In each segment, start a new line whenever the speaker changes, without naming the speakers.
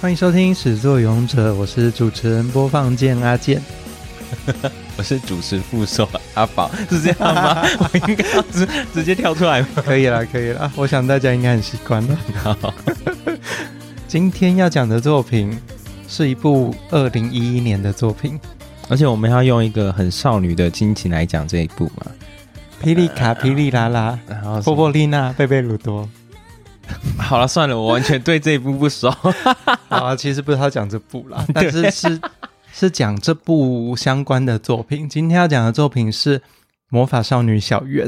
欢迎收听《始作俑者》，我是主持人播放键阿健。
我是主持副手阿宝，是这样 吗？我应该要直直接跳出来吗？
可以啦，可以啦，我想大家应该很习惯了。
好，
今天要讲的作品是一部二零一一年的作品
而且我们要用一个很少女的心情来讲这一部嘛。
《霹雳卡霹雳拉拉
然后》，
波波丽娜贝贝鲁多。
好了，算了，我完全对这一部不熟。
啊，其实不是要讲这部啦，但
啊
是是是讲这部相关的作品。今天要讲的作品是《魔法少女小圆》。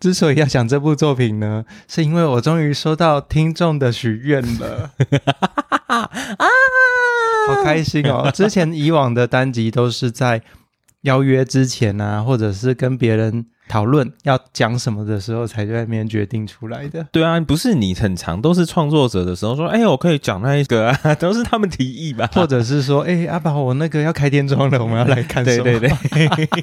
之所以要讲这部作品呢，是因为我终于收到听众的许愿 了，好开心哦！之前以往的单集都是在邀约之前啊，或者是跟别人讨论要讲什么的时候，才在那边决定出来的。
对啊，不是你很长都是创作者的时候说，哎、我可以讲那一个啊， 都是他们提议吧？
或者是说，哎、阿宝，我那个要开天窗了，我们要来看什
对
么？
对对，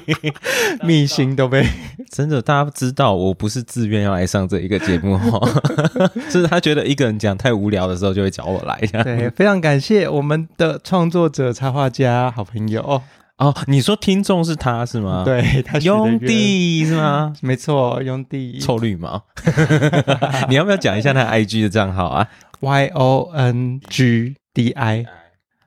密信都被
真的，大家知道我不是自愿要来上这一个节目哦， 是他觉得一个人讲太无聊的时候，就会找我来这样。
对，非常感谢我们的创作者、插画家、好朋友，
哦，你说听众是他是吗？，
对他许的
兄
愿，
弟是吗？
没错，用弟
臭绿毛， 你要不要讲一下他 IG 的账号啊？
Y O N G D I，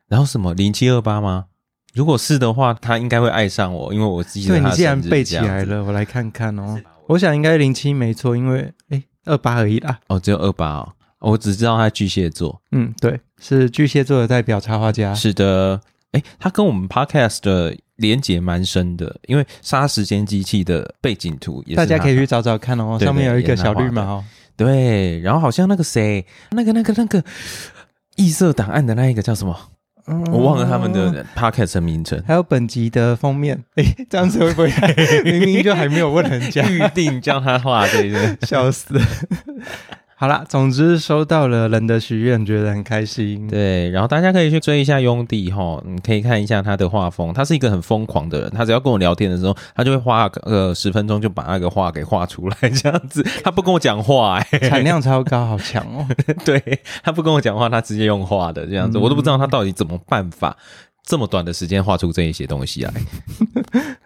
然后什么零七二八吗？如果是的话，他应该会爱上我，因为我记得
对你
他的
竟然
生日
背
这
起
样
来了，我来看看哦。我想应该零七没错，因为哎二八而已啦。
哦，只有二八哦，我只知道他巨蟹座。
嗯，对，是巨蟹座的代表插画家。
是的，哎，他跟我们 Podcast 的连结蛮深的，因为《杀时间机器》的背景图也是
大家
他
可以去找找看哦，
对
上面
对
有一
也
个
是
小
他画
绿
的
毛，
对，然后好像那个谁，那个那个那个异色档案的那一个叫什么？我忘了他们
嗯
的 Podcast 的 名称。
还有本集的封面，哎，这样子会不 会明明就还没有问人家？，
预定叫他画这一个
笑死！好啦，总之收到了人的许愿，觉得很开心。
对，然后大家可以去追一下雍地哈，你可以看一下他的画风，他是一个很疯狂的人，他只要跟我聊天的时候，他就会花呃十分钟就把那个画给画出来，这样 子，他不跟我讲话、欸，
产量超高，好强 哦！
对他不跟我讲话，他直接用画的这样子，我都不知道他到底怎么办法这么短的时间画出这一些东 西来。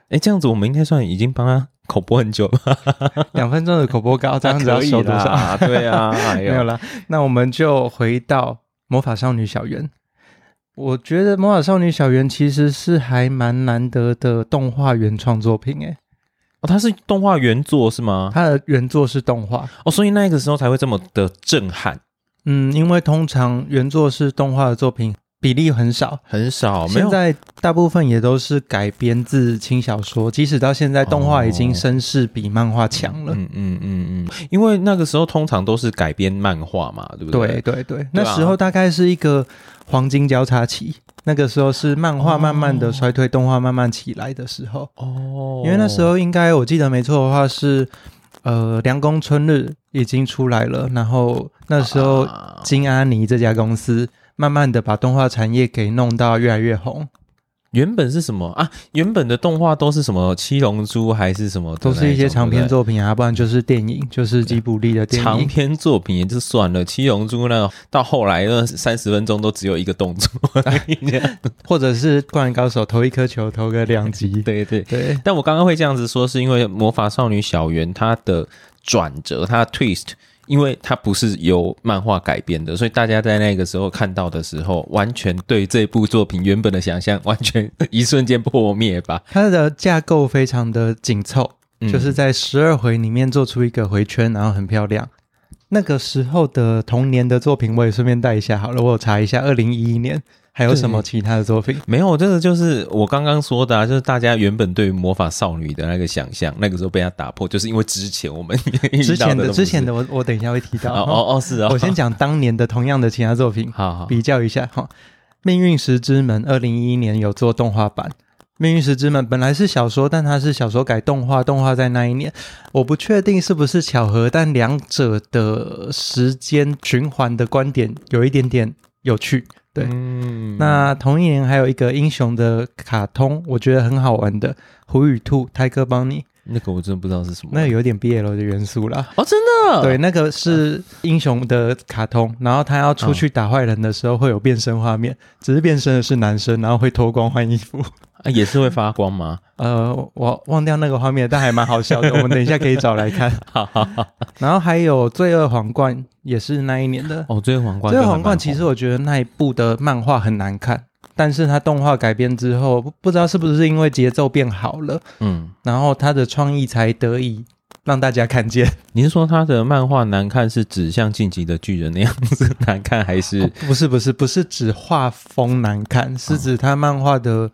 哎，这样子我们应该算已经帮他口播很久了吧，
两分钟的口播稿，这样子要收多少？
少？对啊，哎
没
呦
有啦，那我们就回到魔法少女小圆。我觉得《魔法少女小圆》其实是还蛮难得的动画原创作品，诶，
哦，他是动画原作是吗？
它的原作是动画，
哦，所以那个时候才会这么的震撼，
嗯，因为通常原作是动画的作品比例很少，
很少没
现
有。
在大部分也都是改编自轻小说，即使到现在，动画已经声势比漫画强了。
嗯嗯嗯嗯，因为那个时候通常都是改编漫画嘛，对不
对
对？啊
对对，那时候大概是一个黄金交叉期，那个时候是漫画慢慢的衰退，动画慢慢起来的时候。
哦
因为那时候应该我记得没错的话是，呃，凉宫春日已经出来了，然后那时候
啊
金阿尼这家公司慢慢的把动画产业给弄到越来越红，
原本是什么啊？原本的动画都是什么《七龙珠》还是什么的
都
那种？
是一些长篇
对不
作品啊，不然就是电影，就是吉卜力的
对。
电
长
影。
篇作品也就算了，《七龙珠》呢，到后来呢，三十分钟都只有一个动作。
或者是《灌篮高手》投一颗球投个两级。
对对，
对，
但我刚刚会这样子说，是因为《魔法少女小圆》它的转折，它的 twist，因为它不是由漫画改编的，所以大家在那个时候看到的时候，完全对这部作品原本的想象，完全一瞬间破灭吧。
它的架构非常的紧凑，
嗯
就是在十二回里面做出一个回圈，然后很漂亮。那个时候的童年的作品，我也顺便带一下好了，我有查一下二零一一年还有什么其他的作品。
没有，这个就是我刚刚说的、啊，就是大家原本对魔法少女的那个想象，那个时候被它打破，就是因为之前我们遇
之
到
前
的
的
东
之
西
前的我我等一下会提到。
哦哦哦是啊、
我先讲当年的同样的其他作品，
好好
比较一下哈，《命运石之门》二零一一年有做动画版，《命运石之门》本来是小说，但它是小说改动画，动画在那一年，我不确定是不是巧合，但两者的时间循环的观点有一点点有趣。对
嗯
那同一年还有一个英雄的卡通，我觉得很好玩的《虎与兔》，泰哥帮你，
那个我真的不知道是什么，
那有点 BL 的元素啦。
哦，真 的，
对，那个是英雄的卡通，然后他要出去打坏人的时候会有变身画面，只是变身的是男生，然后会脱光换衣服。
啊也是会发光吗？
呃，我忘掉那个画面，但还蛮好笑的。我们等一下可以找来 看。
哈哈哈。
然后还有《罪恶皇冠》，也是那一年的。
哦，这个皇冠，
罪恶皇冠》其实我觉得那一部的漫画很难看，但是它动画改编之后，不不知道是不是因为节奏变好了，
嗯，
然后它的创意才得以让大家看见。
你是说他的漫画难看是指向晋级的巨人那样子 难看，还是
不是不是不是指画风难看，
哦
是指它漫画的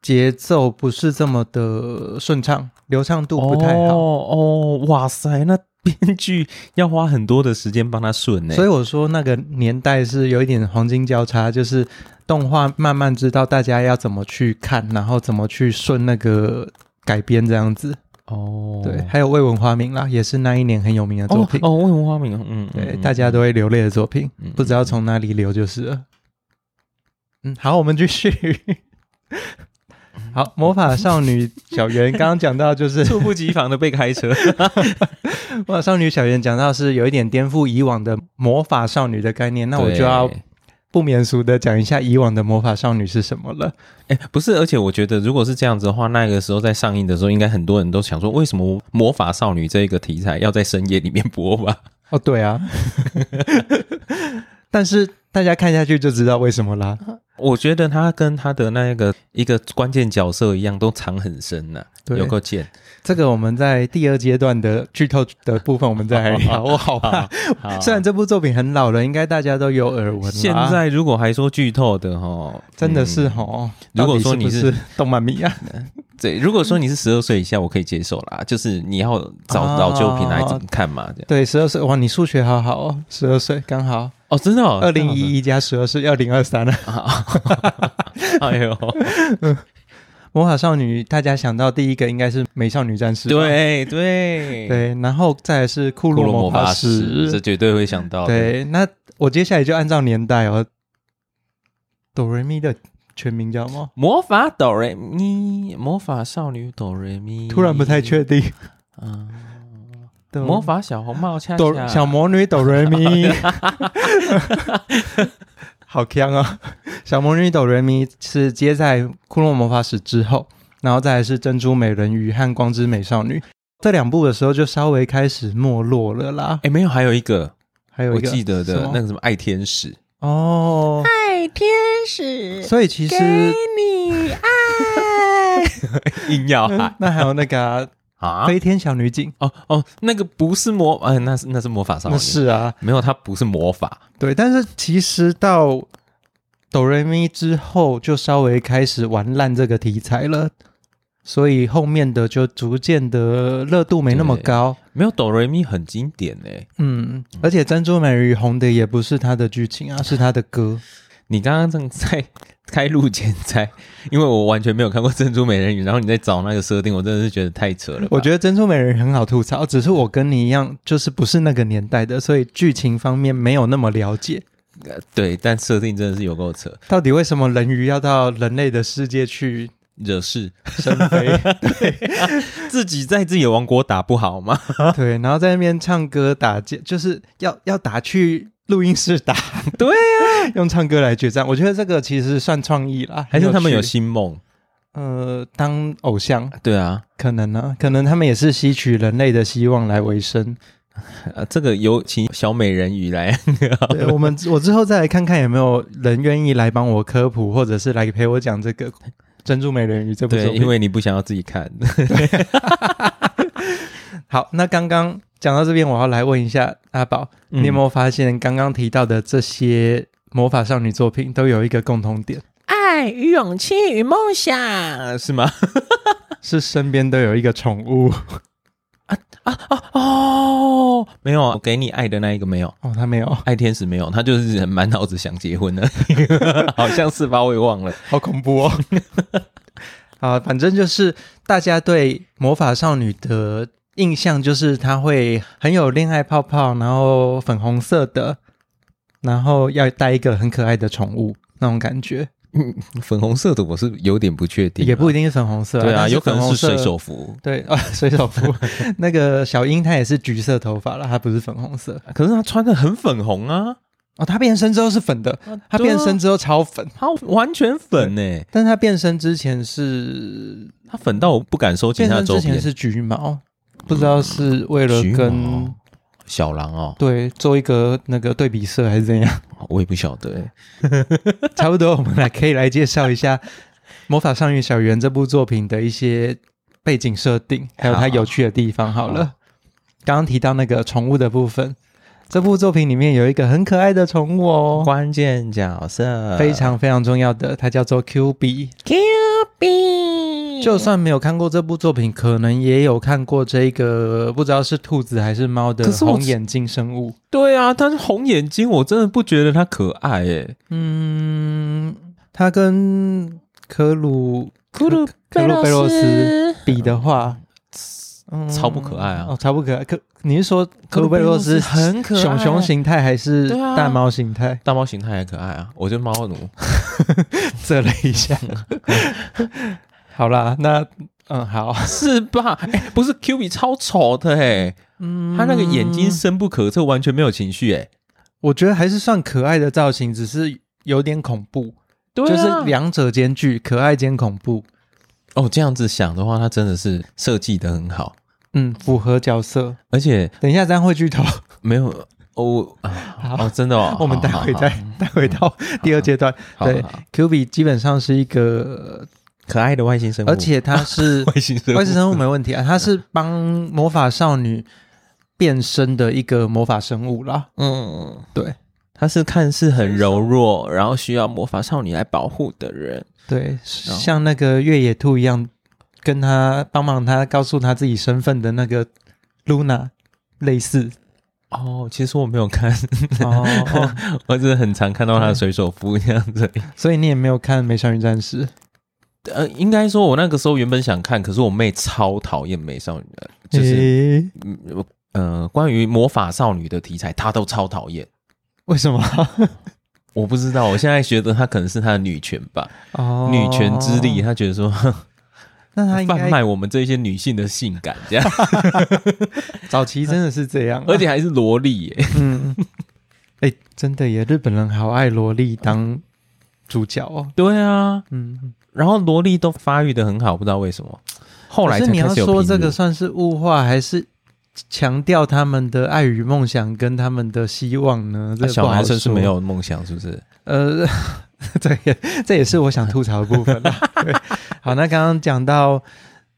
节奏不是这么的顺畅，流畅度不太好。
哦哦，哇塞，那编剧要花很多的时间帮他顺欸呢、
所以我说那个年代是有一点黄金交叉，就是动画慢慢知道大家要怎么去看，然后怎么去顺那个改编这样子。
哦，
对，还有《未闻花名》啦，也是那一年很有名的作品。
哦，哦为什么花名？嗯，
对，
嗯
大家都会流泪的作品，
嗯
不知道从哪里流就是了。嗯，好，我们继续。
嗯
好，魔法少女小圆刚刚讲到， 就是
猝不及防的被开 车。
魔法少女小圆讲到是有一点颠覆以往的魔法少女的概念，那我就要
对
不免俗的讲一下以往的魔法少女是什么 了。
哎、不是，而且我觉得如果是这样子的话，那个时候在上映的时候，应该很多人都想说，为什么魔法少女这个题材要在深夜里面播吧？
哦，对啊， 但是大家看下去就知道为什么啦。
我觉得他跟他的那个一个关键角色一样，都藏很深呐、
对
有够贱。
这个我们在第二阶段的剧透的部分，我们再来 聊。我好怕，
好
虽然这部作品很老了，应该大家都有耳闻啦。
现在如果还说剧透的哈，
真的是
嗯
哦，
如果
到
说
底
你
是
是
不是动漫 迷啊，
对，如果说你是十二岁以下，我可以接受啦，就是你要找
哦
老旧品来怎么看嘛，这样。
对，十二岁哇，你数学好好哦，十二岁刚好，
哦，真的、哦，
二零 一一加十二是二零二三啊 了。
这样子，哎呦，
魔法少女，大家想到第一个应该是美少女战士吧， 啊
对对，
对，然后再来是库
骷
洛
髅魔
魔
法
使
师，这，绝对会想到的。
对，那我接下来就按照年代哦，哆瑞咪的全名叫什么？
魔法哆瑞咪，魔法少女哆瑞咪，
突然不太确定，
嗯
哆
魔法小红帽恰恰
哆小魔女哆瑞咪，好强啊！小魔女哆瑞咪是接在《骷髅魔法使》之后，然后再来是《珍珠美人鱼》和《光之美少女》这两部的时候，就稍微开始没落了啦。
哎，没有，还有一个，
还有
我
一个
记得
什
的
么
那个什么爱天使，
哦，
爱天使
所以其实
你爱，硬要
嗯
喊
那还有那个啊、
啊！
飞天小女警，
哦哦，那个不是魔，哎，那是那是魔法少女，
那是啊，
没有，它不是魔法，
对。但是其实到哆瑞咪之后，就稍微开始玩烂这个题材了。所以后面的就逐渐的热度没那么高，
没有哆瑞咪很经典哎。
嗯，而且珍珠美人鱼红的也不是它的剧情啊，是它的歌。
你刚刚正在开路前在，因为我完全没有看过珍珠美人鱼，然后你在找那个设定，我真的是觉得太扯了吧。
我觉得珍珠美人鱼很好吐槽，只是我跟你一样，就是不是那个年代的，所以剧情方面没有那么了解。
对，但设定真的是有够扯，
到底为什么人鱼要到人类的世界去
惹事，
生飞？
自己在自己的王国打不好吗？
对，然后在那边唱歌打架，就是要要打去录音室打，
对啊
呀、用唱歌来决战。我觉得这个其实算创意啦，
还是他们有
趣
新梦？
呃当偶像，
对啊，
可能呢、可能他们也是吸取人类的希望来为生。
呃这个有请小美人鱼来
对，我们我之后再来看看有没有人愿意来帮我科普，或者是来陪我讲这个《珍珠美人鱼》这部作
对，
品
因。为你不想要自己看。
好，那刚刚讲到这边，我要来问一下阿宝，
嗯
你有没有发现刚刚提到的这些魔法少女作品都有一个共同点，
爱与勇气与梦想是吗？
是身边都有一个宠物
哦，没有啊，我给你爱的那一个没有，
哦，他没有，
爱天使没有，他就是满脑子想结婚的， 好像是吧？我也忘了。
好恐怖 哦。啊，反正就是大家对魔法少女的印象就是她会很有恋爱泡泡，然后粉红色的，然后要带一个很可爱的宠物。那种感觉，
粉红色的我是有点不确定啊、
也不一定是粉红色啊、
对啊，
但
有可
粉
能
红
是
色
水手服。
对啊， 水手 服那个小樱她也是橘色头发了，她不是粉红色
可是他穿的很粉红啊，
哦。她变身之后是粉的，她
对啊
变身之后超粉，
他完全粉呢、
但是她变身之前是
他粉到我不敢收集
变
他的
身
周
之前
边。
是橘毛，不知道是为了
橘
跟
毛小狼哦，
对做一个那个对比色还是怎样，
我也不晓得、欸。
差不多我们来可以来介绍一下《魔法少女小圆》这部作品的一些背景设定，还有它
好
有趣的地方。好了，刚刚提到那个宠物的部分。这部作品里面有一个很可爱的宠物哦，
关键角色
非常非常重要的，它叫做 Q B。
Q B，
就算没有看过这部作品，可能也有看过这个不知道是兔子还是猫的
可是我
红眼睛生物。
对啊，但是红眼睛，我真的不觉得他可爱诶、
嗯，它跟科鲁
库鲁
克鲁贝洛斯比的话，嗯
超不可爱啊
哦，超不可爱。可你是说科
克
鲁
鲁
贝
贝
洛
洛
斯
斯很可爱啊
熊熊形态还是
对啊
大猫形态？
大猫形态也可爱啊，我觉得猫奴
这了一下，好啦，那嗯好，
是吧？哎、不是 Q B 超丑的哎、
嗯
他那个眼睛深不可测，完全没有情绪哎、
我觉得还是算可爱的造型，只是有点恐怖，
对啊
就是两者兼具，可爱兼恐怖。
哦，这样子想的话，他真的是设计的很好，
嗯，符合角色。
而且
等一下，这样会剧透。
没有哦我啊哦，真的哦
，我们待会再
好
待会到第二阶段。
好好
对
好
，Q B 基本上是一个，
可爱的外星生物，
而且它 是
外星生物
外星 生物没问题啊，它是帮魔法少女变身的一个魔法生物啦。
嗯，
对
他是看似很柔弱，然后需要魔法少女来保护的人。
对，像那个越野兔一样，跟他帮忙他告诉他自己身份的那个 Luna 类似。
哦，其实我没有看，
哦，哦
我只是很常看到他的水手服这样子。
所以你也没有看《美少女战士》
呃，应该说，我那个时候原本想看，可是我妹超讨厌美少女的，就是、
诶
嗯呃，关于魔法少女的题材，她都超讨厌。
为什 么？
我不知道，我现在觉得她可能是她的女权吧，
哦
女权之力，，她觉 得说呵
那他应
贩
该
卖我们这些女性的性感这 样，
早期真的是这样啊、
而且还是萝莉耶。
嗯，哎、真的耶，日本人好爱萝莉当主角哦。
对啊，
嗯，
然后萝莉都发育的很好，不知道为什么。后来
可是
才
你要
开始有
说
评
这
论
个算是物化，还是强调他们的爱与梦想跟他们的希望呢？这
那
个
小
不好
男生是
说
没有梦想，是不是？
呃， 这也 这也是我想吐槽的部分啦。 对，好，那刚刚讲到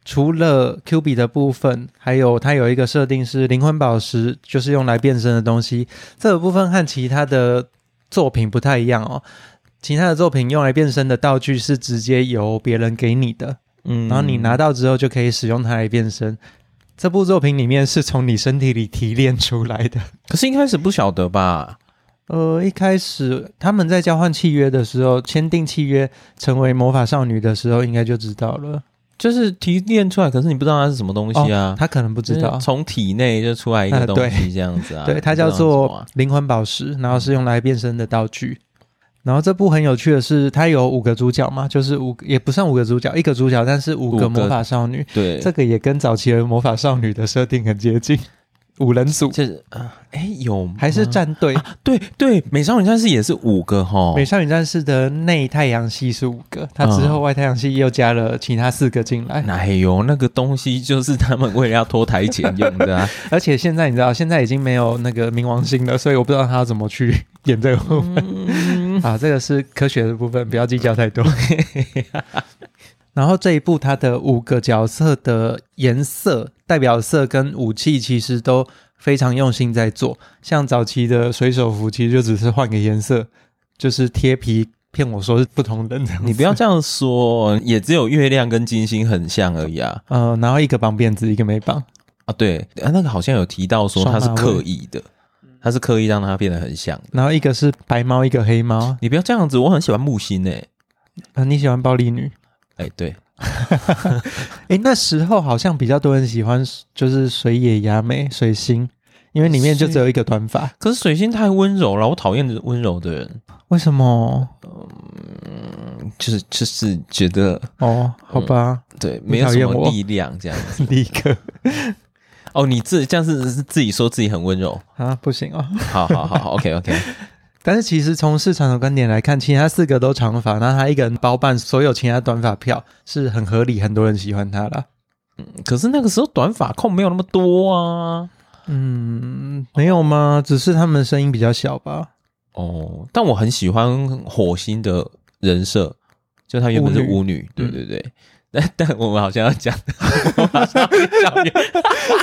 除了 Q 币的部分，还有它有一个设定是灵魂宝石，就是用来变身的东西。这个部分和其他的作品不太一样哦。其他的作品用来变身的道具是直接由别人给你的，
嗯
然后你拿到之后就可以使用它来变身。这部作品里面是从你身体里提炼出来的。
可是一开始不晓得吧？
呃，一开始他们在交换契约的时候，签订契约成为魔法少女的时候，应该就知道了。
就是提炼出来，可是你不知道它是什么东西啊？
哦他可能不知
就
道
是，从体内就出来一
啊
个
对
东西这样子啊。
对，它
你不知道
叫
是什么
做
啊
灵魂宝石，然后是用来变身的道具。然后这部很有趣的是，它有五个主角嘛，就是五也不算五个主角，一个主角，但是五个
五个
魔法少女。
对，
这个也跟早期的魔法少女的设定很接近，五人组
就是啊，哎、有吗哦啊
还是战 队。
对对，美少女战士也是五个哈
美，少女战士的内太阳系是五个，它
嗯
之后外太阳系又加了其他四个进来。
奶油那个东西就是他们为了要拖台前用 的啊。
而且现在你知道，现在已经没有那个冥王星了，所以我不知道他要怎么去 演这个部分、啊。这个是科学的部分，不要计较太多。 然后这一部它的五个角色的颜色、代表色跟武器其实都非常用心在做。像早期的水手服，其实就只是换个颜色，就是贴皮骗我说是不同人这样子。
你不要这样说，也只有月亮跟金星很像而已啊。
呃，然后一个绑辫子，一个没绑。
啊，对啊，那个好像有提到说
双马
他
尾
是刻意的，他是刻意让它变得很像的。
然后一个是白猫，一个黑猫。啊、
你不要这样子，我很喜欢木星诶、
你喜欢暴力女？
哎、对，
诶，那时候好像比较多人喜欢，就是水野雅美、水星，因为里面就只有一个短发。
可是水星太温柔了，我讨厌温柔的人。
为什么？
就是就是觉得
哦，好吧，
对没有
讨
什
厌
么
我
力量这样子。
立刻
哦，你自这样是是自己说自己很温柔，
啊，不行哦。
好好好好，OK OK，
但是其实从市场的观点来看，其他四个都长发，那他一个人包办所有其他短发票是很合理，很多人喜欢他啦。
可是那个时候短发控没有那么多啊。
嗯，没有吗？只是他们声音比较小吧。
哦，但我很喜欢火星的人设，就她原本是
巫
巫女，嗯对对对。但但我们好像要讲， 我马上要讲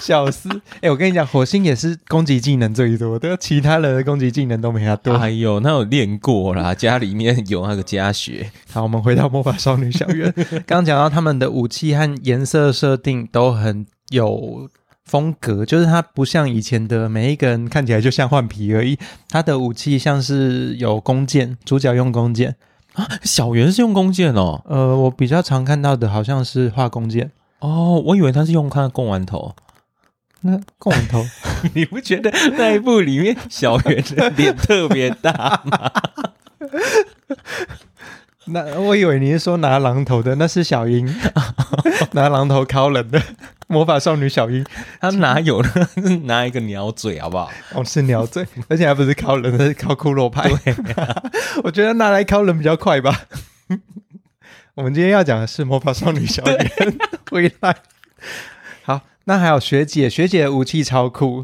小斯，哎、我跟你讲，火星也是攻击技能最多的，其他人的攻击技能都没他多。
哎呦，那有练过啦，家里面有那个家学，
好，我们回到魔法少女小圆。刚刚讲到他们的武器和颜色设定都很有风格，就是它不像以前的每一个人看起来就像换皮而已。它的武器像是有弓箭，主角用弓箭。
小圆是用弓箭哦，
呃，我比较常看到的好像是画弓箭，
哦，我以为他是用他的贡 丸头，
那弓丸头
你不觉得那一部里面小圆的脸特别大 吗？
那我以为你是说拿榔头的，那是小樱，拿榔头敲人的魔法少女小樱，
他哪有呢？是拿一个鸟嘴好不好？
哦，是鸟嘴，而且还不是敲人，是敲骷髅牌。 我觉得拿来敲人比较快吧。 我们今天要讲的是魔法少女小圆 回来。好，那还有学姐，学姐的武器超酷，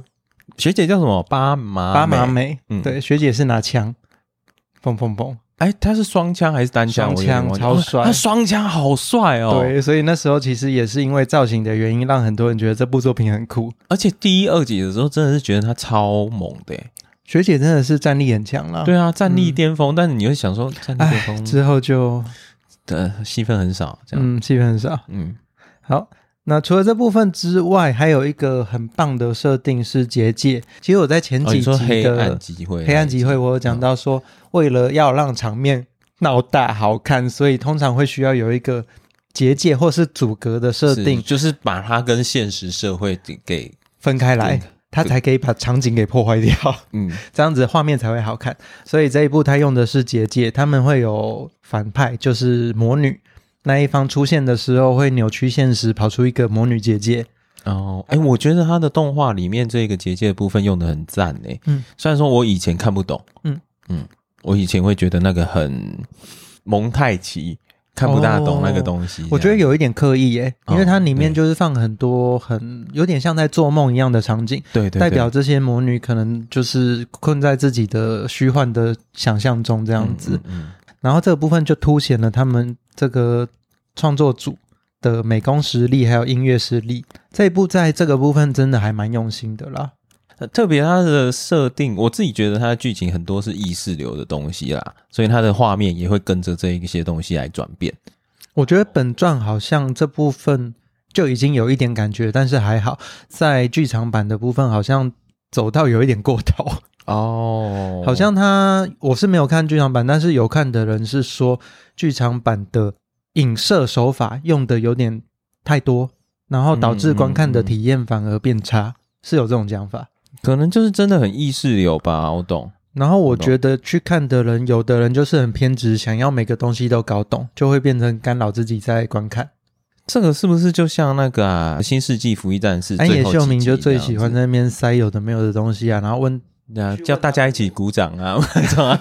学姐叫什么？巴麻
八马
美？
美。
嗯
对，学姐是拿枪，砰砰砰。
哎，他是双枪还是单枪？
双枪
我有点忘
超
记
帅
哦他双枪好帅哦！，
对，所以那时候其实也是因为造型的原因，让很多人觉得这部作品很酷。
而且第一、二集的时候真的是觉得他超猛的耶。
学姐真的是战力很强了。
对，啊，战力巅
嗯
峰，但你会想说战力巅
哎，
峰
之后就
的戏份很少，这样。
嗯，戏份很少。
嗯，
好，那除了这部分之外，还有一个很棒的设定是结界。其实我在前
哦，
几
你说
集
黑
的、
暗集会，
黑暗集会，我有讲到说，为了要让场面闹大好看，所以通常会需要有一个结界或是阻隔的设
是
定
就是把它跟现实社会给
分开来
对。
它才可以把场景给破坏 掉，
嗯
这样子画面才会好看。所以这一部它用的是结界，他们会有反派，就是魔女那一方出现的时候会扭曲现实，跑出一个魔女结界。
哦，哎、我觉得他的动画里面这个结界的部分用的很赞呢。
嗯，
虽然说我以前看不懂，
嗯
嗯，我以前会觉得那个很蒙太奇，看不大懂那个东西。
哦我觉得
有，
有一点刻意耶，
哦
因为它里面
对
就是放很多很有点像在做梦一样的场景，
对对对嗯
代表这些魔女可能就是困在自己的虚幻的想象中这
这
样子。
嗯，嗯
然后这个部分就凸显了他们这个创作组的美工实力还有音乐实力。这一部在这个部分真的还蛮用心的啦。
呃特别它的设定，我自己觉得它的剧情很多是意识流的东西啦，所以它的画面也会跟着这一些东西来转变。
我觉得本传好像这部分就已经有一点感觉，但是还好在剧场版的部分好像走到有一点过头。
哦
好像他我是没有看剧场版，但是有看的人是说剧场版的影射手法用的有点太多，然后导致观看的体验反而变差，
嗯
是有这种讲法。
可能就是真的很意识流吧，我懂。
然后我觉得去看的人，有的人就是很偏执，想要每个东西都搞懂，就会变成干扰自己在观看。
这个是不是就像那个啊，《新世纪福音战士》
安
最
野
后
秀
几
明
集
就
这
最
样
喜
子
欢在那边塞有的没有的东西啊，然后问
那叫大家一起鼓掌啊！ 我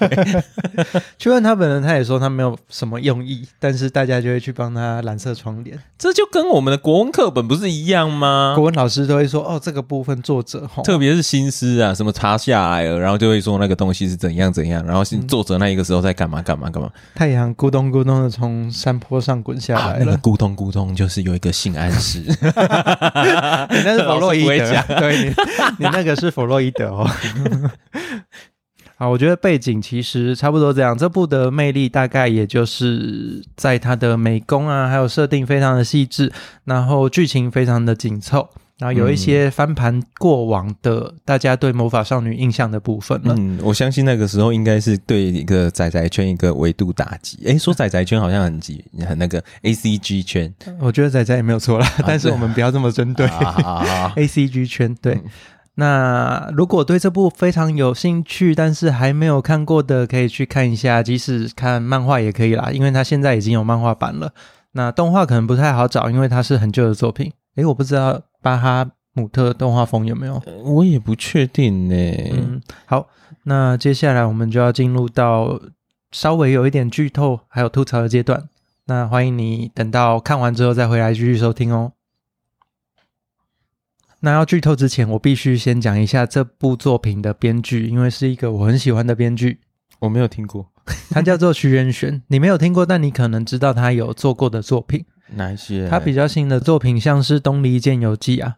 去问他本人，他也说他没有什么用意，但是大家就会去帮他蓝色窗帘。
这就跟我们的国文课本不是一样吗
国？文老师都会说，哦，这个部分作者吼，
啊特别是新诗啊，什么查下来了，然后就会说那个东西是怎样怎样，然
嗯
后是作者那一个时候在干嘛干嘛干嘛
太阳咕咚咕咚的从山坡上滚下
啊
来，
那 个
了。
咕咚咕咚就是有一个性暗 示，
你那是弗洛伊
老师不会
德
讲，
对你， 你那个是弗洛伊德哦。 好，我觉得背景其实差不多这样。这部的魅力大概也就是在它的美工啊，还有设定非常的细致，然后剧情非常的紧凑，然后有一些
嗯
翻盘过往的大家对魔法少女印象的部分了。
嗯，我相信那个时候应该是对一个仔仔圈一个维度打击。诶，说仔仔圈好像很急，很那个 A C G 圈，啊
我觉得仔仔也没有错啦，但是我们不要这么针对。
啊啊啊啊
A C G 圈对。那如果对这部非常有兴趣，但是还没有看过的，可以去看一下，即使看漫画也可以啦，因为它现在已经有漫画版了。那动画可能不太好找，因为它是很旧的作品。诶，我不知道巴哈姆特动画风有没有。
我也不确定呢、
嗯，好，那接下来我们就要进入到稍微有一点剧透还有吐槽的阶段。那欢迎你等到看完之后再回来继续收听哦。那要剧透之前，我必须先讲一下这部作品的编剧，因为是一个我很喜欢的编剧，
我没有听过
他叫做 徐仁玄。你没有听过，但你可能知道他有做过的作品。
哪一些
他比
较
较新的作品像是《东离剑游记》啊，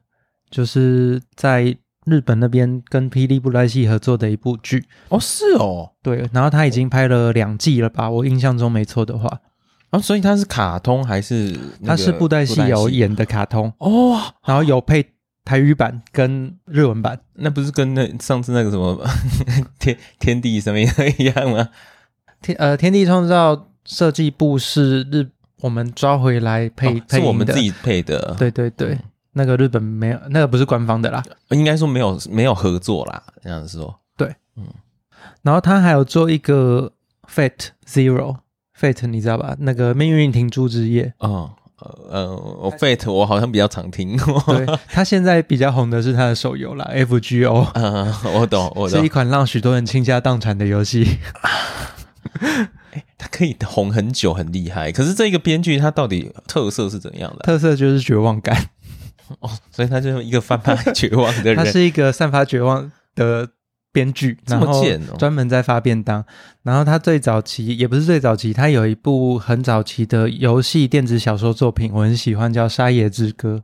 就是在日本那边跟霹雳布袋戏合作的一部剧。
哦，是哦，
对，然后他已经拍了两季了吧？我印象中没错的话，
啊，所以它是卡通还是那
他
个
是布袋戏有演的卡通，
哦，
然后有配台语版跟日文版。
那不是跟那上次那个什么 天天地什么一样吗？
天呃，天地创造设计部是日我们抓回来配、
哦
配
是
音
我们
的
自，己配的，
对对对，那个日本没有，那个不是官方的啦。
应该说没有没有合作啦，这样子说。
然后他还有做一个 Fate Zero。Fate 你知道吧？那个命运停驻之夜，
哦，呃呃，我 Fate 我好像比较常听过，
对他现在比较红的是他的手游啦，FGO。
嗯， 我懂我
是
懂
一，款让许多人倾家荡产的游戏。
它可以红很久，很厉害。可是这个编剧他到底特色是怎样的？
特色就是绝望感，
哦，所以他就是一个贩卖绝望的
它
人。
是一个散发绝望的编剧，
这
然
么
后
贱哦
专门在发便当。然后他最早期也不是最早期，他有一部很早期的游戏电子小说作品，我很喜欢，叫《沙野之歌》。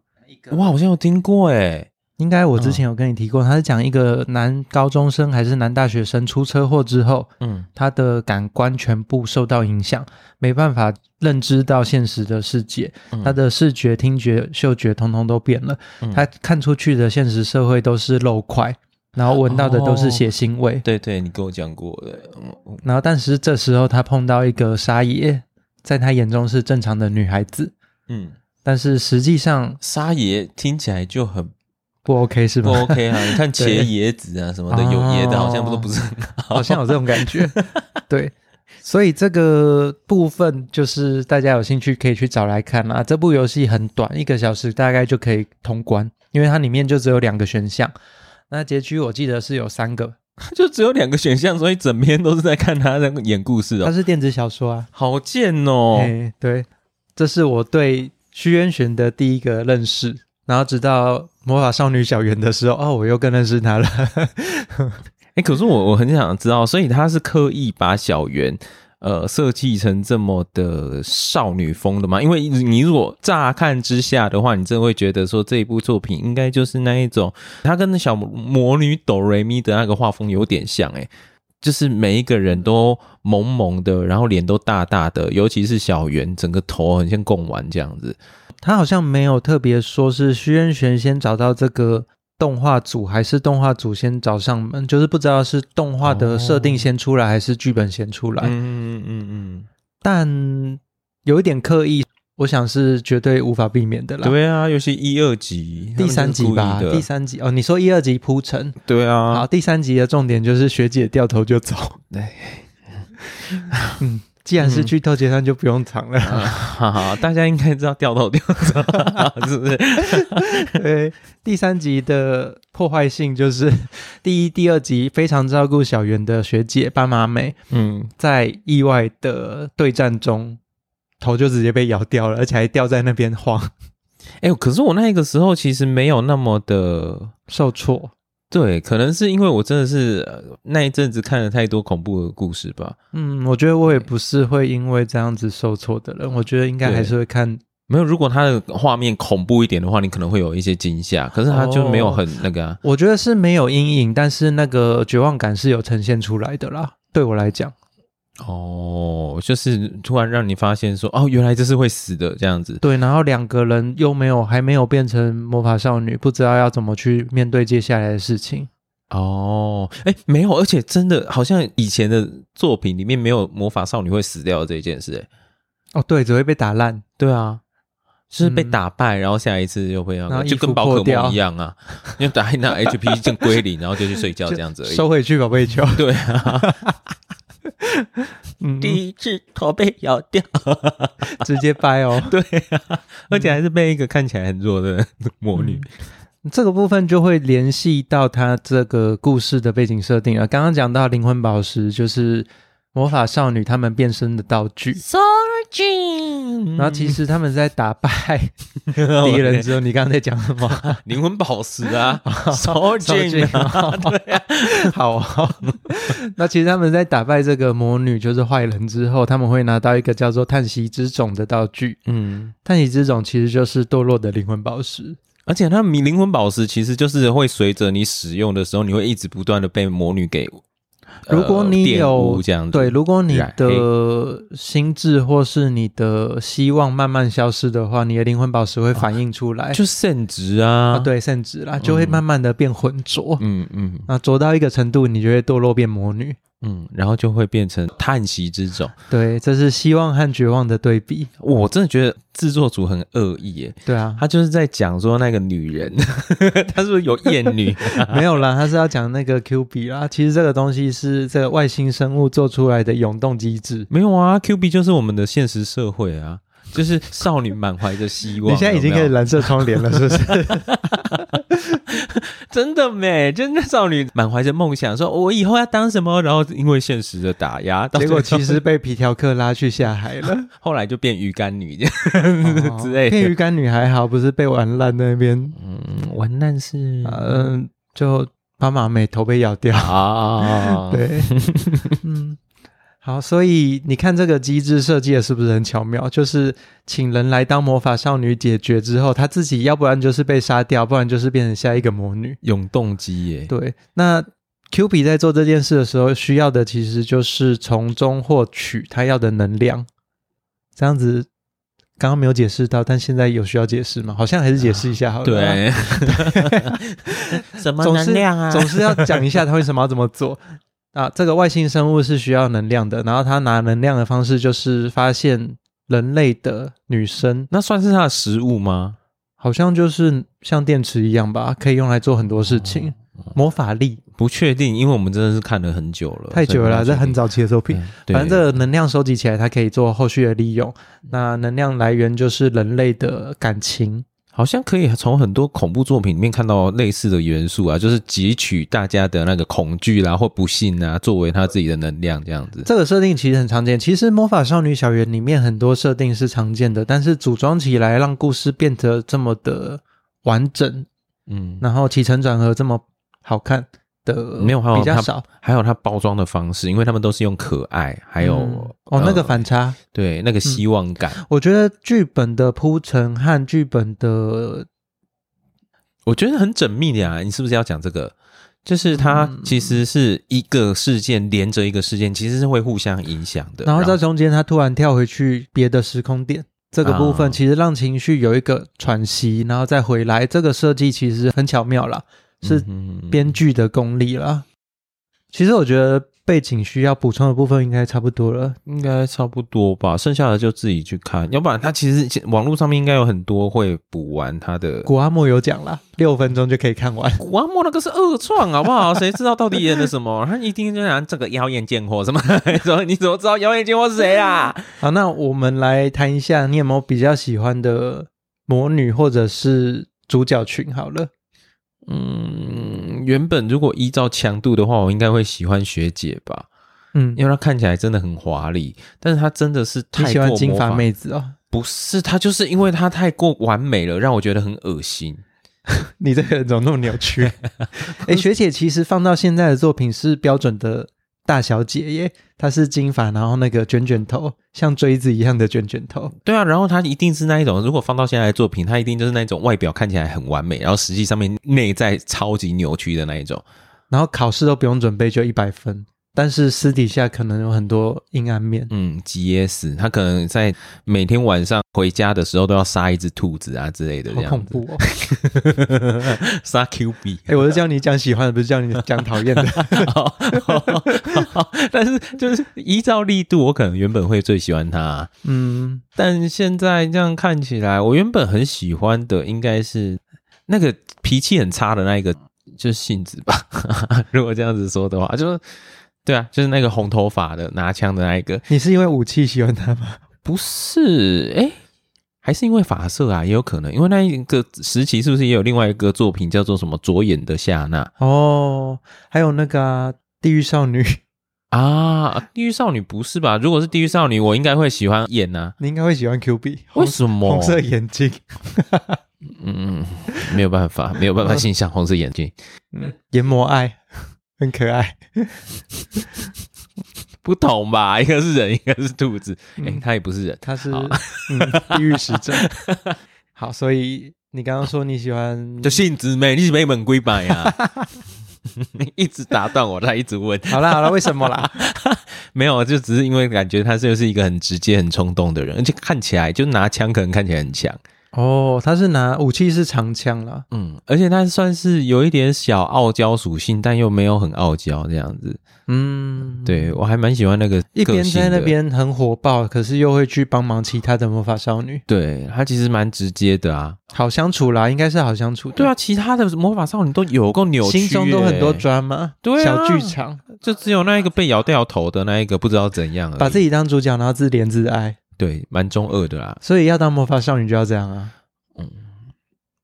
哇，好像有听过哎，
应该我之前有跟你提过，他是讲一个男高中生还是男大学生出车祸之后，
嗯，
他的感官全部受到影响，没办法认知到现实的世界，
嗯
他的视觉、听觉、嗅觉通通都变了，
嗯
他看出去的现实社会都是肉块，然后闻到的都是血腥味，
对对，你跟我讲过的，嗯，
然后但是这时候他碰到一个沙野，在他眼中是正常的女孩子，
嗯，
但是实际上
沙爷听起来 就很
不 OK 是
不
吗？
OK 啊！你看茄
对
椰子啊什么的，
哦
有椰的，好像不都不是 很好。
好像有这种感觉， 对。所以这个部分就是大家有兴趣可以去找来看啦。这部游戏很短，一个小时大概就可以通关，因为它里面就只有两个选项。那结局我记得是有三个，
就只有两个选项，所以整篇都是在看他在演故事
它
哦，
是电子小说啊。
好贱哦！
嘿对，这是我对虚渊玄的第一个认识。然后直到魔法少女小圆的时候，哦，我又更认识她了。
哎，可是我我很想知道，所以他是刻意把小圆呃设计成这么的少女风的吗？因为你如果乍看之下的话，你真的会觉得说这一部作品应该就是那一种，它跟那小魔女哆瑞咪的那个画风有点像哎、诶就是每一个人都萌萌的，然后脸都大大的，尤其是小圆，整个头很像贡丸这样子。
他好像没有特别说是虚渊玄先找到这个动画组，还是动画组先找上门，就是不知道是动画的设定先出来，还是剧本先出来。
嗯嗯嗯嗯，
但有一点刻意，我想是绝对无法避免的啦。
对啊，尤其一二集、
第三集吧，
他们就是故意的
第三集哦，你说一二集铺陈，
对啊，
好，第三集的重点就是学姐掉头就走。
对，
嗯，既然是剧透阶段，就不用藏了。
啊哈哈，大家应该知道掉头掉走，是不是？
对，第三集的破坏性就是 第一、第二集非常照顾小圆的学姐斑马美，
嗯，
在意外的对战中，头就直接被咬掉了，而且还掉在那边晃，
哎、可是我那个时候其实没有那么的，
受挫。
对，可能是因为我真的是、呃那一阵子看了太多恐怖的故事吧，
嗯，我觉得我也不是会因为这样子受挫的人，我觉得应该还是会看。
没有。如果它的画面恐怖一点的话，你可能会有一些惊吓，可是它就没有很那个、啊。
我觉得是没有阴影，但是那个绝望感是有呈现出来的啦。对我来讲，
哦，就是突然让你发现说，哦，原来这是会死的这样子。
对，然后两个人又没有还没有变成魔法少女，不知道要怎么去面对接下来的事情。
哦，哎，没有，而且真的好像以前的作品里面没有魔法少女会死掉的这一件事，哎，
哦，对，只会被打烂。
对啊，就是被打败，然后下一次又会
然后
要，
衣
就跟
服
宝
破
可
掉
梦一样啊， 你就打 一打 HP 正归零，然后就去睡觉
就
这样子 而已。
收回去宝贝球。
对啊，
嗯，
第一只头被咬 掉，
直接掰哦。
对啊，而且还是被一个看起来很弱的魔女。
这个部分就会联系到它这个故事的背景设定了。啊刚刚讲到灵魂宝石就是魔法少女她们变身的道具，
Sorry, Jean。
然后其实他们在打败敌人之后，你刚刚在讲什么？
灵魂宝石 啊，Sorry, Jean 啊。
对啊，好哦。
嗯
那其实他们在打败这个魔女就是坏人之后，他们会拿到一个叫做叹息之种的道具。
嗯，
叹息之种其实就是堕落的灵魂宝石。
而且它灵魂宝石其实就是会随着你使用的时候，你会一直不断的被魔女给。呃
如果你有
玷污这样子，
对，如果你
染
的心智或是你的希望慢慢消失的话，你的灵魂宝石会反映出来，
就圣职啊，
啊，，对，甚至啦，就会慢慢的变浑浊，
嗯嗯
那、浊到一个程度，你就会堕落变魔女。
嗯，然后就会变成叹息之种。
对，这是希望和绝望的对比。
我真的觉得制作组很恶意耶，
对啊，
他就是在讲说那个女人， 她是不是有厌女？
没有啦，他是要讲那个 Q 币啦。其实这个东西是这个外星生物做出来的涌动机制。
没有啊，Q B 就是我们的现实社会啊，就是少女满怀着希望。
你现在已经
有没
可
有
以蓝色窗帘了，是不 是？
真的美，真的少女满怀着梦想，说我以后要当什么，然后因为现实的打压，到
结果
最后
其实被皮条客拉去下海了。
后来就变鱼干女这样 之类
骗
的。
哦鱼竿女还好，不是被玩烂那边，
嗯，完蛋是
嗯、就妈妈美头被咬掉。
啊，
对，嗯，好，所以你看这个机制设计的是不是很巧妙？就是请人来当魔法少女解决之后，她自己要不然就是被杀掉，不然就是变成下一个魔女。
永动机耶，
对，那 Q 比在做这件事的时候，需要的其实就是从中获取他要的能量。这样子，刚刚没有解释到，但现在有需要解释吗？好像还是解释一下好了。
啊对，什么
总是
能量啊？
总是要讲一下他为什么要这么做。啊，这个外星生物是需要能量的，然后他拿能量的方式就是发现人类的女生
那算是他的食物吗？
好像就是像电池一样吧，可以用来做很多事情，
哦
魔法力
不确定，因为我们真的是看了很久了，
太久了啦，
哦所
这
以不太
很早期的作
确
品
定。。对嗯
反正这个能量收集起来，它可以做后续的利用。那能量来源就是人类的感情，
好像可以从很多恐怖作品里面看到类似的元素啊，就是汲取大家的那个恐惧啦、或不幸啊，作为他自己的能量这样子。
这个设定其实很常见。其实《魔法少女小圆》里面很多设定是常见的，但是组装起来让故事变得这么的完整，
嗯，
然后起承转合这么好看的，
没有还有
嗯比较
它
少。
还有它包装的方式，因为他们都是用可爱，还有、
嗯哦，那个
呃
反差，
对那个希望感，
我觉得剧本的铺陈和剧本的
我觉得很缜密的啊。你是不是要讲这个？就是它其实是一个事件连着一个事件，其实是会互相影响的。
然后在中间，他突然跳回去别的时空点，这个部分
啊
其实让情绪有一个喘息，然后再回来，这个设计其实很巧妙啦，是
嗯哼
编剧的功力啦。其实我觉得背景需要补充的部分应该差不多了。
应该差不多吧，剩下的就自己去看。要不然它其实其网络上面应该有很多会补完它的。
古阿莫有讲啦，六分钟就可以看完。
古阿莫那个是二创，好不 好？谁知道到底演的什么？他一听就讲这个妖艳贱货什么？ 说你怎么知道妖艳贱货是谁啊？
好，那我们来谈一下，你有没有比较喜欢的魔女或者是主角群？好了，
嗯，原本如果依照强度的话，我应该会喜欢学姐吧，
嗯，
因为她看起来真的很华丽，但是她真的是
你
太
喜
过
欢金
魔
发
法
妹子哦？
不是她，就是因为她太过完美了，让我觉得很恶心。
你这个人怎么那么扭曲？ 哎、学姐其实放到现在的作品是标准的大小姐耶，她是金发，然后那个卷卷头，像锥子一样的卷卷头。
对啊，然后他一定是那一种，如果放到现在的作品，他一定就是那种外表看起来很完美，然后实际上面内在超级扭曲的那一种。
然后考试都不用准备就一百分，但是私底下可能有很多阴暗面。
嗯，GS，他可能在每天晚上回家的时候都要杀一只兔子啊之类的，
好
这样
恐
子，
怖哦！
杀 Q B。
哎、我是叫你讲喜欢的，不是叫你讲讨厌的。
好，好好但是就是依照力度，我可能原本会最喜欢他、啊
嗯，
但现在这样看起来，我原本很喜欢的应该是那个脾气很差的那一个，就是杏子吧。 如果这样子说的话，就是对啊，就是那个红头发的拿枪的那一个，
你是因为武器喜欢他吗？
不是诶，还是因为发色啊，也有可能，因为那一个时期是不是也有另外一个作品叫做什么左眼的夏娜
哦，还有那个啊、地狱少女，
啊？地狱少女不是吧？如果是地狱少女，我应该会喜欢演啊呐、
你应该会喜欢 Q B，
为什么？
红色眼睛，
嗯，嗯，没有办法，没有办法欣赏红色眼睛。
嗯，研磨爱，很可爱。
不同吧？一 个是人，一个是兔子。哎、
嗯
它也不是人。
他是、
好
嗯、地狱使者。 好，所以你刚刚说你喜欢，
就性子妹，你是没门龟板呀？ 你一直打断我，他一直问，
好啦好啦，为什么啦？
没有，就只是因为感觉他就是一个很直接、很冲动的人，而且看起来就拿枪可能看起来很强，
哦，他是拿武器是长枪啦。
嗯，而且他算是有一点小傲娇属性，但又没有很傲娇这样子。
嗯，，
对我还蛮喜欢那个
一
个
边
性
在那
的，
边很火爆，可是又会去帮忙其他的魔法少女，
对他其实蛮直接的啊。
好相处啦，应该是好相处的。
对啊，其他的魔法少女都有够扭曲、
心中都很多
欸
drama，
对啊
小剧场，
就只有那一个被咬掉头的那一个不知道怎样而已，
把自己当主角，然后自怜自爱。
对蛮中二的啦。
所以要当魔法少女就要这样啊。
嗯
嗯，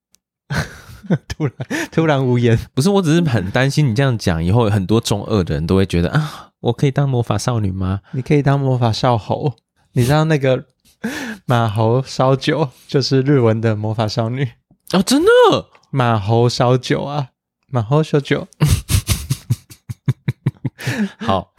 突然突然无言，
不是，我只是很担心你这样讲以后，很多中二的人都会觉得啊，我可以当魔法少女吗？
你可以当魔法少猴。你知道那个 马猴烧酒就是日文的魔法少女，
哦，真的
马猴烧酒啊，马猴烧酒。
好，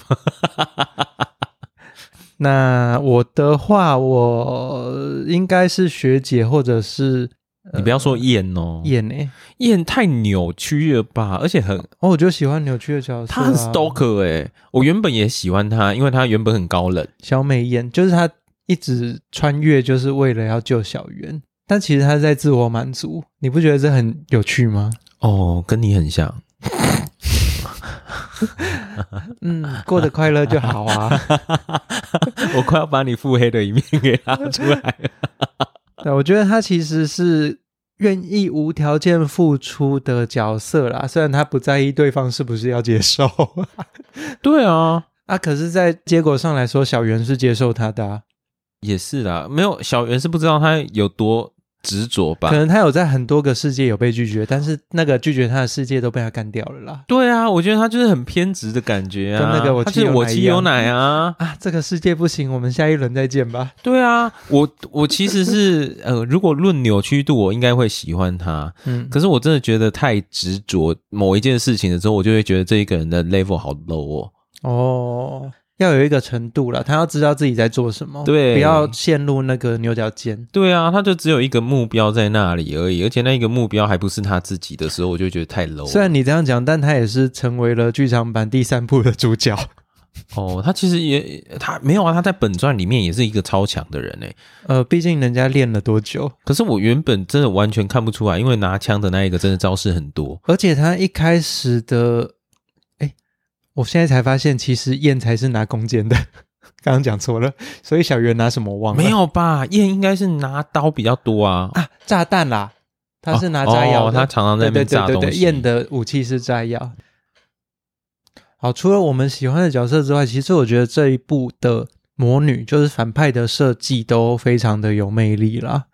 那我的话，我应该是学姐或者是
你不要说呃燕哦，
演诶、
燕太扭曲了吧，而且很
哦，我就喜欢扭曲的角色、
她
啊，
很 stalker 哎、我原本也喜欢她，因为她原本很高冷，
小美演，就是她一直穿越，就是为了要救小圆。但其实她在自我满足，你不觉得这很有趣吗？
哦，跟你很像，
嗯，过得快乐就好啊。
我快要把你腹黑的一面给拉出来了。
对，我觉得她其实是愿意无条件付出的角色啦，虽然她不在意对方是不是要接受
对啊，
啊，可是，在结果上来说，小圆是接受她的、啊，
也是啦，没有小圆是不知道他有多执着吧
可？能她有在很多个世界有被拒绝，但是那个拒绝她的世界都被她干掉了啦。
对啊，我觉得他就是很偏执的感觉啊，
跟那个我
他
妻
就是
有
我
奶
妻
一样
有奶啊，
啊，这个世界不行，我们下一轮再见吧。
对啊，我我其实是呃，如果论扭曲度，我应该会喜欢他，
嗯，
可是我真的觉得太执着某一件事情的时候，我就会觉得这一个人的 level 好 low 哦。
哦，要有一个程度了，他要知道自己在做什么，
对
不要陷入那个牛角尖。
对啊，他就只有一个目标在那里而已，而且那个目标还不是他自己的时候，我就觉得太 low 哦了。
虽然你这样讲，但他也是成为了剧场版第三部的主角。
哦，他其实也他没有啊，他在本传里面也是一个超强的人诶、
呃，毕竟人家练了多久，
可是我原本真的完全看不出来，因为拿枪的那一个真的招式很多。
而且他一开始的，哎，我现在才发现，其实燕才是拿弓箭的， 刚刚讲错了。所以小圆拿什么忘了？
没有吧？燕应该是拿刀比较多啊。
啊，炸弹啦，他是拿炸
哦
药
哦
的。
他常常在
对对
那边
对
炸
对
东
对，
西。
燕的武器是炸药。好，除了我们喜欢的角色之外，其实我觉得这一部的魔女就是反派的设计都非常的有魅力啦。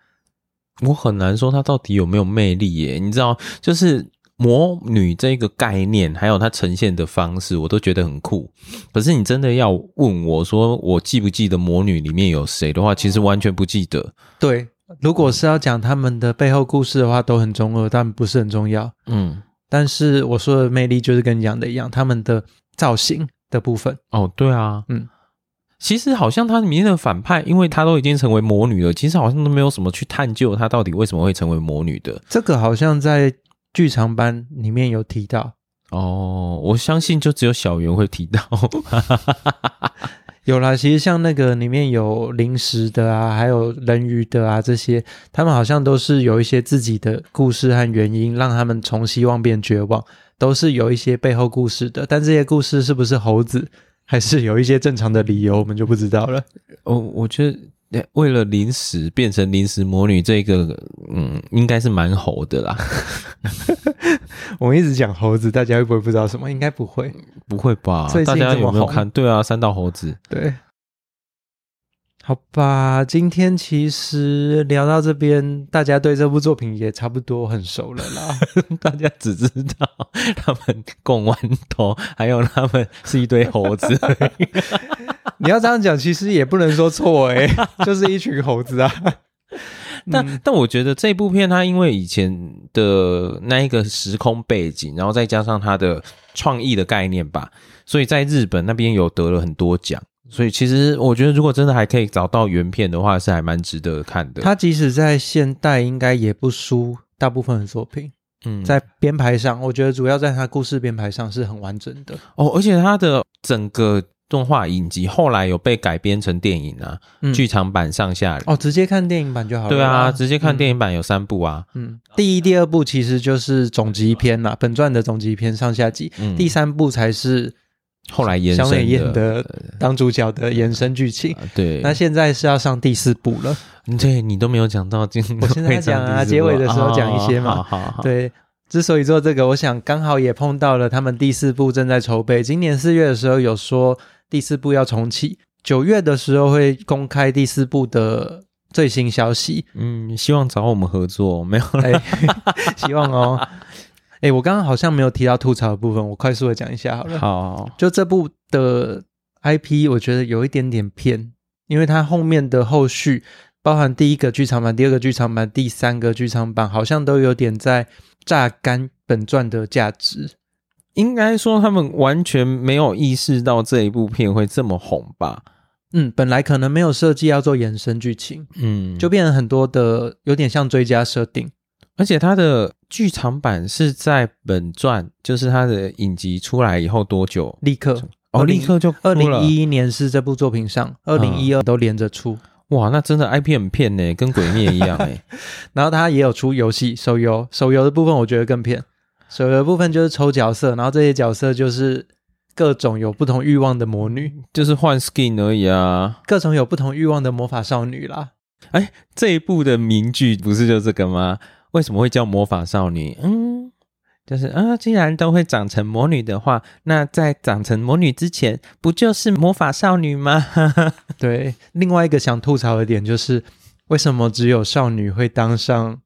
我很难说她到底有没有魅力耶。你知道，就是魔女这个概念，还有它呈现的方式，我都觉得很酷。可是你真的要问我说，我记不记得魔女里面有谁的话，其实完全不记得。
对，如果是要讲他们的背后故事的话，都很中二，但不是很重要。
嗯，
但是我说的魅力就是跟你讲的一样，他们的造型的部分，
哦，对啊，
嗯。
其实好像她里面的反派，因为她都已经成为魔女了，其实好像都没有什么去探究她到底为什么会成为魔女的。
这个好像在剧场版里面有提到，
哦，我相信就只有小圆会提到，
有啦，其实像那个里面有零食的啊，还有人鱼的啊，这些他们好像都是有一些自己的故事和原因，让他们从希望变绝望，都是有一些背后故事的。但这些故事是不是猴子，还是有一些正常的理由，我们就不知道了。
哦，我觉得呃为了零食变成零食魔女这个，嗯，应该是蛮猴的啦，
我们一直讲猴子，大家会不会不知道什么？应该不会。
不会吧
最？近
大
这
家
么
有没有
红
看？对啊，三道猴子，
对，好吧，今天其实聊到这边，大家对这部作品也差不多很熟了 啦。
大家只知道他们供豌豆，还有他们是一堆猴子，
嗯你要这样讲，其实也不能说错 诶、就是一群猴子啊。
但、但我觉得这部片它因为以前的那一个时空背景，然后再加上它的创意的概念吧，所以在日本那边有得了很多奖。所以其实我觉得，如果真的还可以找到原片的话，是还蛮值得看的。
他即使在现代，应该也不输大部分的作品。
嗯
在编排上，我觉得主要在他故事编排上是很完整的。
哦，而且它的整个动画影集后来有被改编成电影啊，
嗯
剧场版上下。
哦，直接看电影版就好了。
对啊，直接看电影版有三部啊。
嗯，第一、第二部其实就是总集篇啦，本传的总集篇上下集。
嗯，
第三部才是
后来延
小
伸
美演
的，
的当主角的延伸剧情。
啊
嗯
对，
那现在是要上第四部了。
对你都没有讲到今天
我现在
会上
讲啊
第
结
四部
尾的时候讲一些嘛嗯
哦好 好好，
对，之所以做这个，我想刚好也碰到了他们第四部正在筹备，今年四月的时候有说第四部要重启，九月的时候会公开第四部的最新消息，
嗯，希望找我们合作，没有
哎，希望哦。哎，我刚刚好像没有提到吐槽的部分，我快速的讲一 下好了。
好，
就这部的 IP，我觉得有一点点偏，因为它后面的后续，包含第一个剧场版、第二个剧场版、第三个剧场版，好像都有点在榨干本传的价值。
应该说他们完全没有意识到这一部片会这么红吧？
嗯，本来可能没有设计要做延伸剧情，
嗯，
就
就
变成很多的有点像追加设定。
而且它的剧场版是在本传，就是它的影集出来以后多久？
立刻，
哦，
20
立刻就出
二
了
零一一年是这部作品上，二零一二都连着出，
哇，那真的 IP 很骗呢，跟鬼灭 一样哎。
然后它也有出游戏手游，手游的部分我觉得更偏。手游的部分就是抽角色，然后这些角色就是各种有不同欲望的魔女，
就是换 skin 而已啊。
各种有不同欲望的魔法少女啦。
这一部的名句不是就这个吗？为什么会叫魔法少女？嗯，就是啊，既然都会长成魔女的话，那在长成魔女之前，不就是魔法少女吗？
对，另外一个想吐槽的点就是，为什么只有少女会当上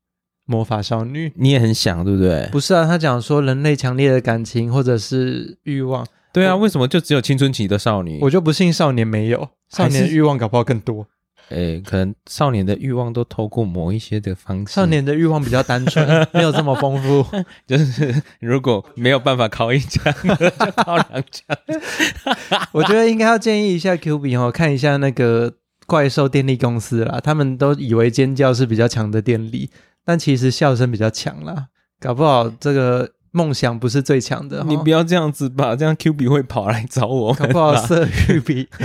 魔法少女？
你也很想，对不对？
不是啊，他讲说人类强烈的感情或者是欲望，
对啊，
我
为什么就只有青春期的少女？
我就不信少年没有，少
还是
年的欲望搞不好更多，
诶，可能少年的欲望都透过某一些的方式。
少年的欲望比较单纯， 没有这么丰富。
就是如果没有办法考一枪，就考两枪。
我觉得应该要建议一下 Q 比哦，看一下那个怪兽电力公司啦，他们都以为尖叫是比较强的电力，但其实笑声比较强啦，搞不好这个梦想不是最强的、哦，
嗯你不要这样子吧，这样 Q B 会跑来找我
搞
们
不好
吧
色欲 比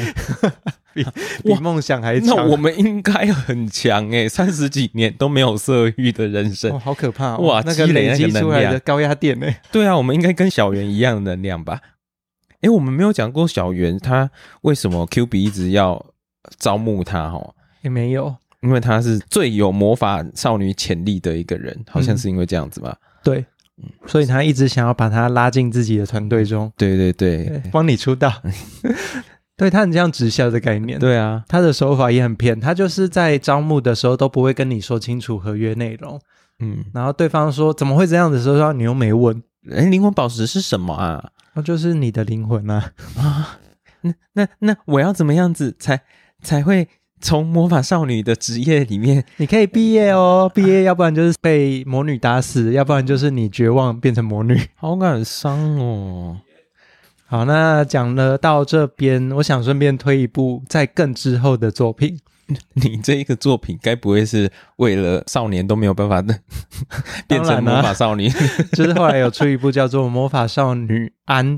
比比
哇
梦想还强。
那我们应该很强哎、三十几年都没有色欲的人
哇，
生。
好可怕、哦！
哇
那个
积累
累
那个
积
能
出来
量
的高压电呢、
对啊，我们应该跟小圆一样的能量吧？哎、我们没有讲过小圆他为什么 Q B 一直要招募他哦，
也没有。
因为他是最有魔法少女潜力的一个人，好
嗯
像是因为这样子吧？
对，
嗯
所以他一直想要把他拉进自己的团队中，
对对对，
帮你出道。
嗯
对他很像直销的概念，
对啊，
他的手法也很骗，他就是在招募的时候都不会跟你说清楚合约内容，
嗯，
然后对方说怎么会这样的时候，说你又没问，
哎、灵魂宝石是什么啊？
那就是你的灵魂啊。
那那那我要怎么样子才才会从魔法少女的职业里面
你可以毕业哦，毕业要不然就是被魔女打死，要不然就是你绝望变成魔女。
好感伤哦？
好，那讲了到这边，我想顺便推一部在更之后的作品，
你这一个作品该不会是为了少年都没有办法的 变成
当然啊
魔法少女？
就是后来有出一部叫做《魔法少女安》，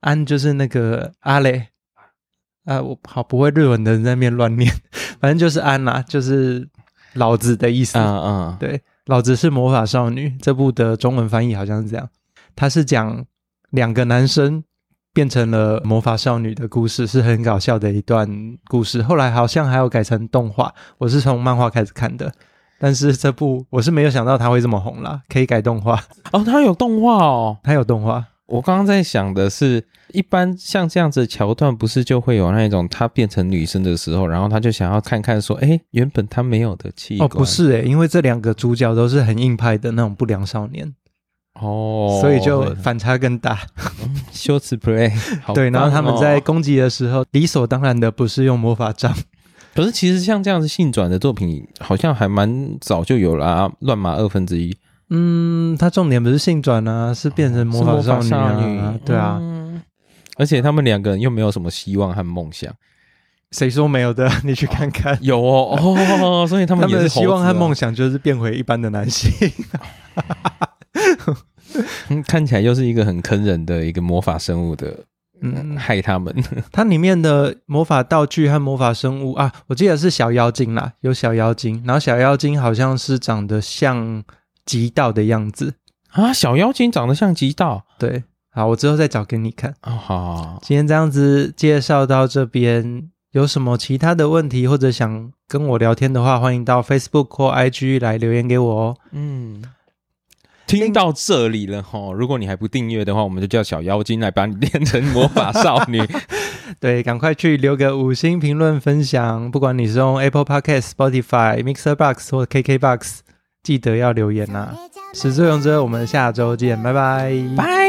安就是那个阿蕾，啊，我好不会日文的人在那边乱念，反正就是安啦、就是老子的意思。
啊 啊，
对，老子是魔法少女这部的中文翻译好像是这样，它是讲两个男生变成了魔法少女的故事，是很搞笑的一段故事。后来好像还有改成动画，我是从漫画开始看的。但是这部我是没有想到它会这么红啦，可以改动画，
哦，它有动画哦。
它有动画，
我刚刚在想的是，一般像这样子的桥段，不是就会有那一种她变成女生的时候，然后她就想要看看说，哎，原本她没有的器
哦，
官
不是诶、因为这两个主角都是很硬派的那种不良少年，
哦，
所以就反差更大。
羞耻 play 好
对，然后他们
棒哦
在攻击的时候，理所当然的不是用魔法杖，
可是其实像这样子性转的作品，好像还蛮早就有了啊，《乱马二分之一》
嗯，它重点不是性转啊，是变成魔法少女啊，对啊，
嗯而且他们两个人又没有什么希望和梦想，
谁说没有的？ 你去看看，
有哦哦， 所以他
他
们
们
也
的
是猴子啊
希望和梦想就是变回一般的男性。
嗯看起来又是一个很坑人的一个魔法生物的，
嗯，
害他们
它里面的魔法道具和魔法生物啊，我记得是小妖精啦，有小妖精，然后小妖精好像是长得像极道的样子。
啊！小妖精长得像极道
对，好，我之后再找给你看。
哦，好，
今天这样子介绍到这边，有什么其他的问题或者想跟我聊天的话，欢迎到 Facebook 或 IG 来留言给我哦。
嗯。听到这里了哈，如果你还不订阅的话，我们就叫小妖精来把你变成魔法少 女。
对，赶快去留个五星评论分享，不管你是用 Apple Podcast、Spotify、Mixer Box 或 KK Box，记得要留言呐、啊。始作俑者，我们下周见，拜拜，拜。
拜。